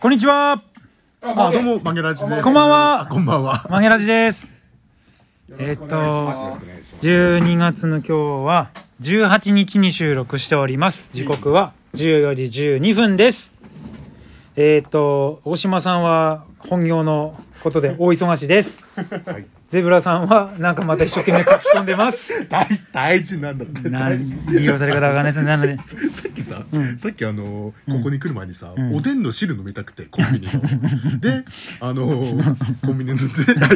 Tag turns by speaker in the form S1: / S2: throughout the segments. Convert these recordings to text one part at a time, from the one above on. S1: こんにちは
S2: あ、どうも、マゲラジです。
S1: こんばんは
S2: あこんばんは。
S1: マゲラジですえっと12月の今日は18日に収録しております時刻は14時12分ですえっと大島さんは本業のことで大忙しです、ゼブラさんはなんかまた一生懸命書き込んでます
S2: 大、大事なんだって。
S1: な
S2: 大
S1: ん
S2: 事
S1: 利用され方わかんないですねなので
S2: ささっきさ、さっきあのー、ここに来る前にさ、おでんの汁飲みたくて、コンビニ の。で、あのー、コンビニので、なん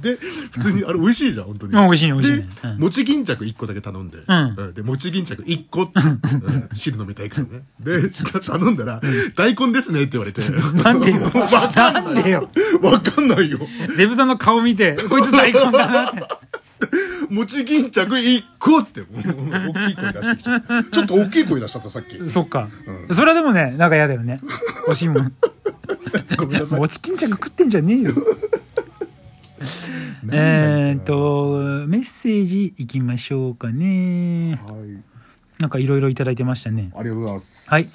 S2: で、普通に、あれ美味しいじゃん、本当に。
S1: うん美味しいね美味しいね
S2: で
S1: うん、
S2: 餅巾着1個だけ頼んで、
S1: ん
S2: うんで、餅巾着1個、うん汁飲みたいからね。で、頼んだら、大根ですねって言われて。
S1: なんでよ
S2: わかん
S1: なん
S2: ない
S1: でよ。
S2: わかんないよ。
S1: ゼブさんの顔見てこいつ大根だなって
S2: 餅巾着1個って、もう大きい声出してきちゃった。ちょっと大きい声出しちゃった、さっき。
S1: そっか、それはでもねなんか嫌だよ ね惜しいもん
S2: ごめんなさい。
S1: 餅巾着食ってんじゃねえ よえーっとメッセージいきましょうかね
S2: はい。
S1: なんかいろいろいただいてましたね
S2: ありがとうございます。
S1: はい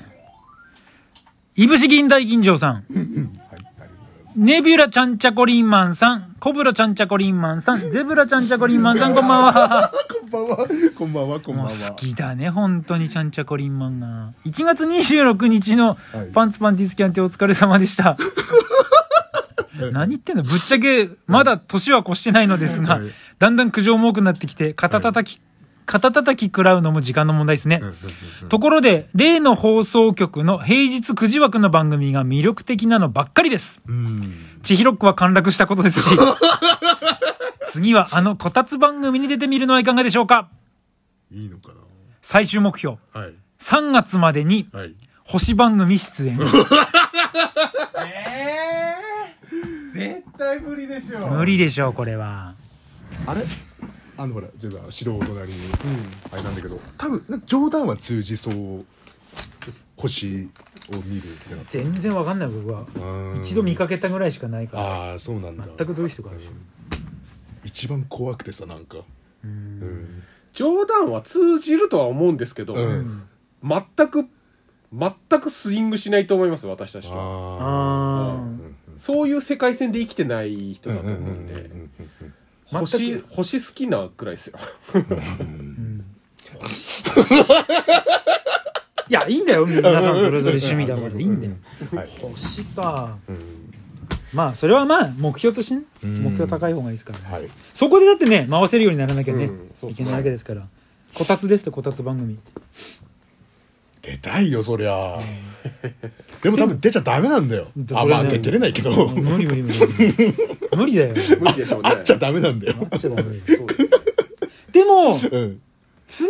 S1: いぶし銀大吟醸さん
S2: はい、ありがとうございます。
S1: ネビュラちゃんちゃこりんまんさんコブラちゃんちゃこりんまんさんゼブラちゃんちゃこりんまんさんこんばんは
S2: こんばんは。こんばんは。こんばん
S1: もう
S2: は。
S1: 好きだね本当にちゃんちゃこりんまんが1月26日の
S2: はい
S1: パンツパンティスキャンってお疲れ様でした、 何言ってんのぶっちゃけまだ年は越してないのですが、
S2: はい
S1: だんだん苦情も多くなってきて肩たたき、肩たたき食らうのも時間の問題ですね、
S2: うんうんうん
S1: ところで例の放送局の平日9時枠の番組が魅力的なのばっかりです
S2: うん。
S1: 千尋っ子は陥落したことですし次はあのこたつ番組に出てみるのはいかがでしょうか
S2: いいのか
S1: 最終目標
S2: な。はい。
S1: 3月までに
S2: はい。
S1: 星番組出演
S3: えー、絶対無理でしょ
S1: 無理でしょうこれは
S2: あれあの、ほら、全部、白お隣に、あれなんだけど、多分、な冗談は通じそう。星を見るってなって。
S1: 全然わかんない僕は
S2: うん
S1: 一度見かけたぐらいしかないから
S2: ああ、そうなんだ。
S1: 全くどういう人か
S2: 一番怖くてさ、なんか。うん。
S3: 冗談は通じるとは思うんですけど、
S2: うん。
S3: 全く全くスイングしないと思います私たちは
S2: ああ。
S1: あ
S2: う
S1: ー
S2: ん
S3: そういう世界線で生きてない人だと
S2: うんう
S3: 思
S2: んう
S3: うん
S2: ん
S3: で、
S2: うん
S3: 星
S1: 全
S3: 星好きなくら いですよ
S1: いやいいんだよ皆さんそれぞれ趣味だからいいんだよ
S2: うん。はい。
S1: 星か
S2: うん
S1: まあそれはまあ目標としてね
S2: うん
S1: 目標高い方がいいですからね
S2: はい。
S1: そこでだってね回せるようにならなきゃね
S3: うんそうそう
S1: いけないわけですからこたつですってこたつ番組
S2: 出たいよそりゃでも多分出ちゃダメなんだよ
S1: で
S2: あ
S1: それ
S2: まあ
S1: ね
S2: 出れないけど
S1: 無理無理無理無理だよ
S3: 無理でしょうね
S2: あっちゃダメなんだよ
S1: なっちゃダメ
S3: そうです
S1: でも
S2: うん
S1: 次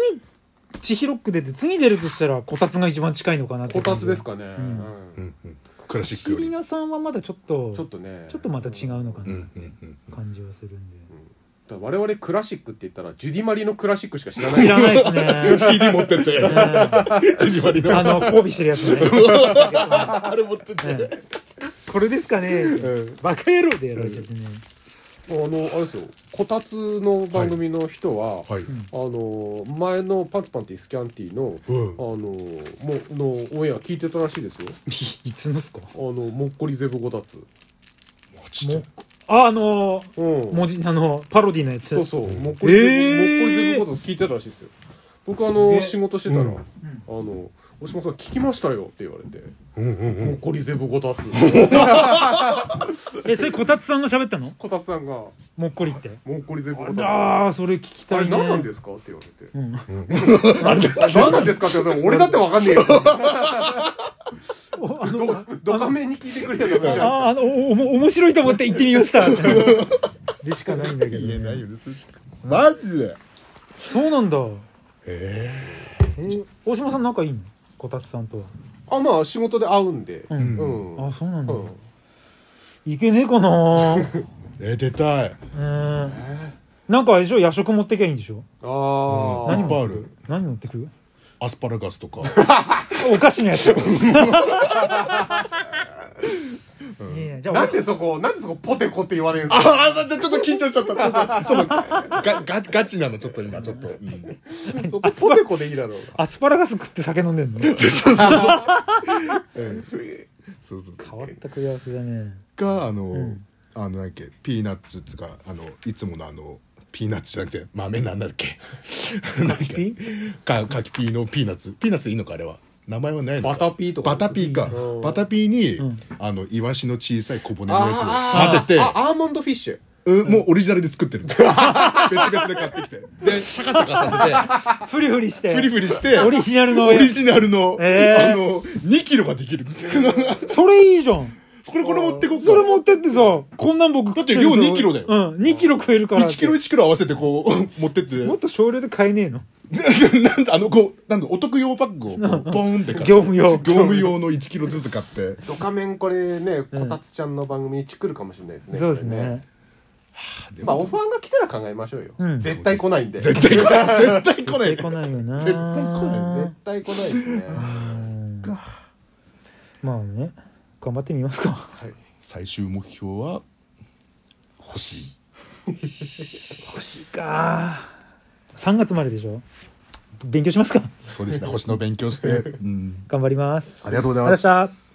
S1: 千尋っ子出て次出るとしたらこたつが一番近いのかなって
S3: こたつです
S1: か
S3: かね、
S1: ん
S3: うん
S2: クラシック
S1: ひ
S2: よ
S1: り
S2: り
S1: なさんはまだちょっと
S3: ちょっとね
S1: ちょっとまた違うのか
S2: う
S1: なん
S2: うんうん
S1: 感じはするんで
S3: だから我々クラシックって言ったらジュディ・マリのクラシックしか知らない
S1: 知らないですね
S2: CD 持ってってジュ
S1: ね
S2: ニバリの
S1: あの交尾してるやつ ね
S2: あれ持ってって
S1: ねこれですかね
S2: うん
S1: バカ野郎でやられちゃってね
S3: あのあれですよこたつの番組の人は、
S2: はい
S3: あの前のパンツパンティスキャンティの
S2: うん
S3: あのものオンエア聞いてたらしいですよ
S1: いつのっすか
S3: あのもっこりゼブごたつ
S2: マジで
S1: ああのー
S3: うん
S1: 文字あのパロディのやつ
S3: そうそうもっこりゼブ、
S1: えー
S3: もっこりゼブごたつ聞いてたらしいですよ僕あの
S1: ね
S3: 仕事してたら、
S2: うん
S3: あの「大島さん聞きましたよ」って言われて
S2: うんうん
S3: 「もっこりゼブごたつ」
S1: えそれこたつさんが喋ったの
S3: こたつさんが「
S1: もっこりって
S3: もっこりゼブごたつ」あ
S1: ああそれ聞きたい
S3: れ
S1: ね
S3: 何なんですか?」って言われて
S1: うん
S3: 「あれ 何なんですか?」って言われて俺だってわかん ねえよ
S1: おあの
S3: どどかめに聞いてくれよって話じゃないで
S1: ああの
S3: す
S1: おおも面白いと思って行ってみました でしかないんだけど、
S2: 言えない
S1: ね、
S2: よねそれしかマジで
S1: そうなんだ
S2: え
S1: 大島さん仲いいのこたつさんとは
S3: かあまあ仕事で会うんで
S1: う
S3: うんん、うん
S1: あそうなんだ、いけねえかなう
S2: え出たい
S1: ーんなんかあれでしょ夜食持ってきゃいいんでしょ
S3: ああ、
S2: 何
S1: 何
S2: パール
S1: 何持ってく
S2: アスパラガスとか
S1: お菓子のやついやいやじゃあ
S3: なん
S1: 俺
S3: でそこ、なんでそこポテコって言われるんですか
S2: ああちょっと緊張しちゃったちょっとガガガチなのちょっと今ちょっと
S3: そこポテコでいいだろう。
S1: アスパラガス食って酒飲んでんの
S2: そうそうそう。そうそうそう
S1: 変わった組み合わせだね
S2: かあの、
S1: ん
S2: あのなんだっけピーナッツっつうかあのいつものあのピーナッツじゃなくて豆なんだっけなんだっけかかきピーのピーナッツピーナッツでいいのかあれは名前はないのか
S3: バタピーとか
S2: バタピーか
S3: うん
S2: バタピーに、
S1: うん
S2: あのイワシの小さい小骨のや
S3: あ
S2: つ
S3: ー
S2: を混ぜて
S3: あアーモンドフィッシュ
S2: うん、もうオリジナルで作ってる別々で買ってきてでシャカシャカさ
S1: フリフリし
S2: せ
S1: て
S2: てフリフリして
S1: オリジナルの
S2: オリジナルの,、
S1: えー
S2: あの2キロができる
S1: それいいじゃん
S2: これこれ持ってこっか
S1: それ持ってってさこんなん僕
S2: だ
S1: 食
S2: って
S1: る
S2: 量
S1: ぞ
S2: 2キロだよ
S1: うん2キロ食えるからって
S2: 1キロ1キロ合わせてこう 持ってって
S1: もっと少量で買えねえの
S2: なんだあのこうなんだお得用パックをこうボーンって買って
S1: 業務用
S2: 業務用の1キロずつ買って
S3: ドカメンこれね
S1: うん
S3: こたつちゃんの番組にチクるかもしれないですね
S1: そうですね
S3: これまあオファーが来たら考えましょうよ、
S1: うん
S3: 絶対来ないんで
S2: 絶 対来ない絶対来ない
S1: 絶対来ないよな
S2: 絶対来ない
S3: 絶対来ないですね、
S1: うんまあね頑張ってみますか
S3: はい、
S2: 最終目標は欲しい
S1: 欲しいか3月まででしょ勉強しますか
S2: そうですね星の勉強して、うん
S1: 頑張ります
S2: ありがとうございます
S1: ありがとうございました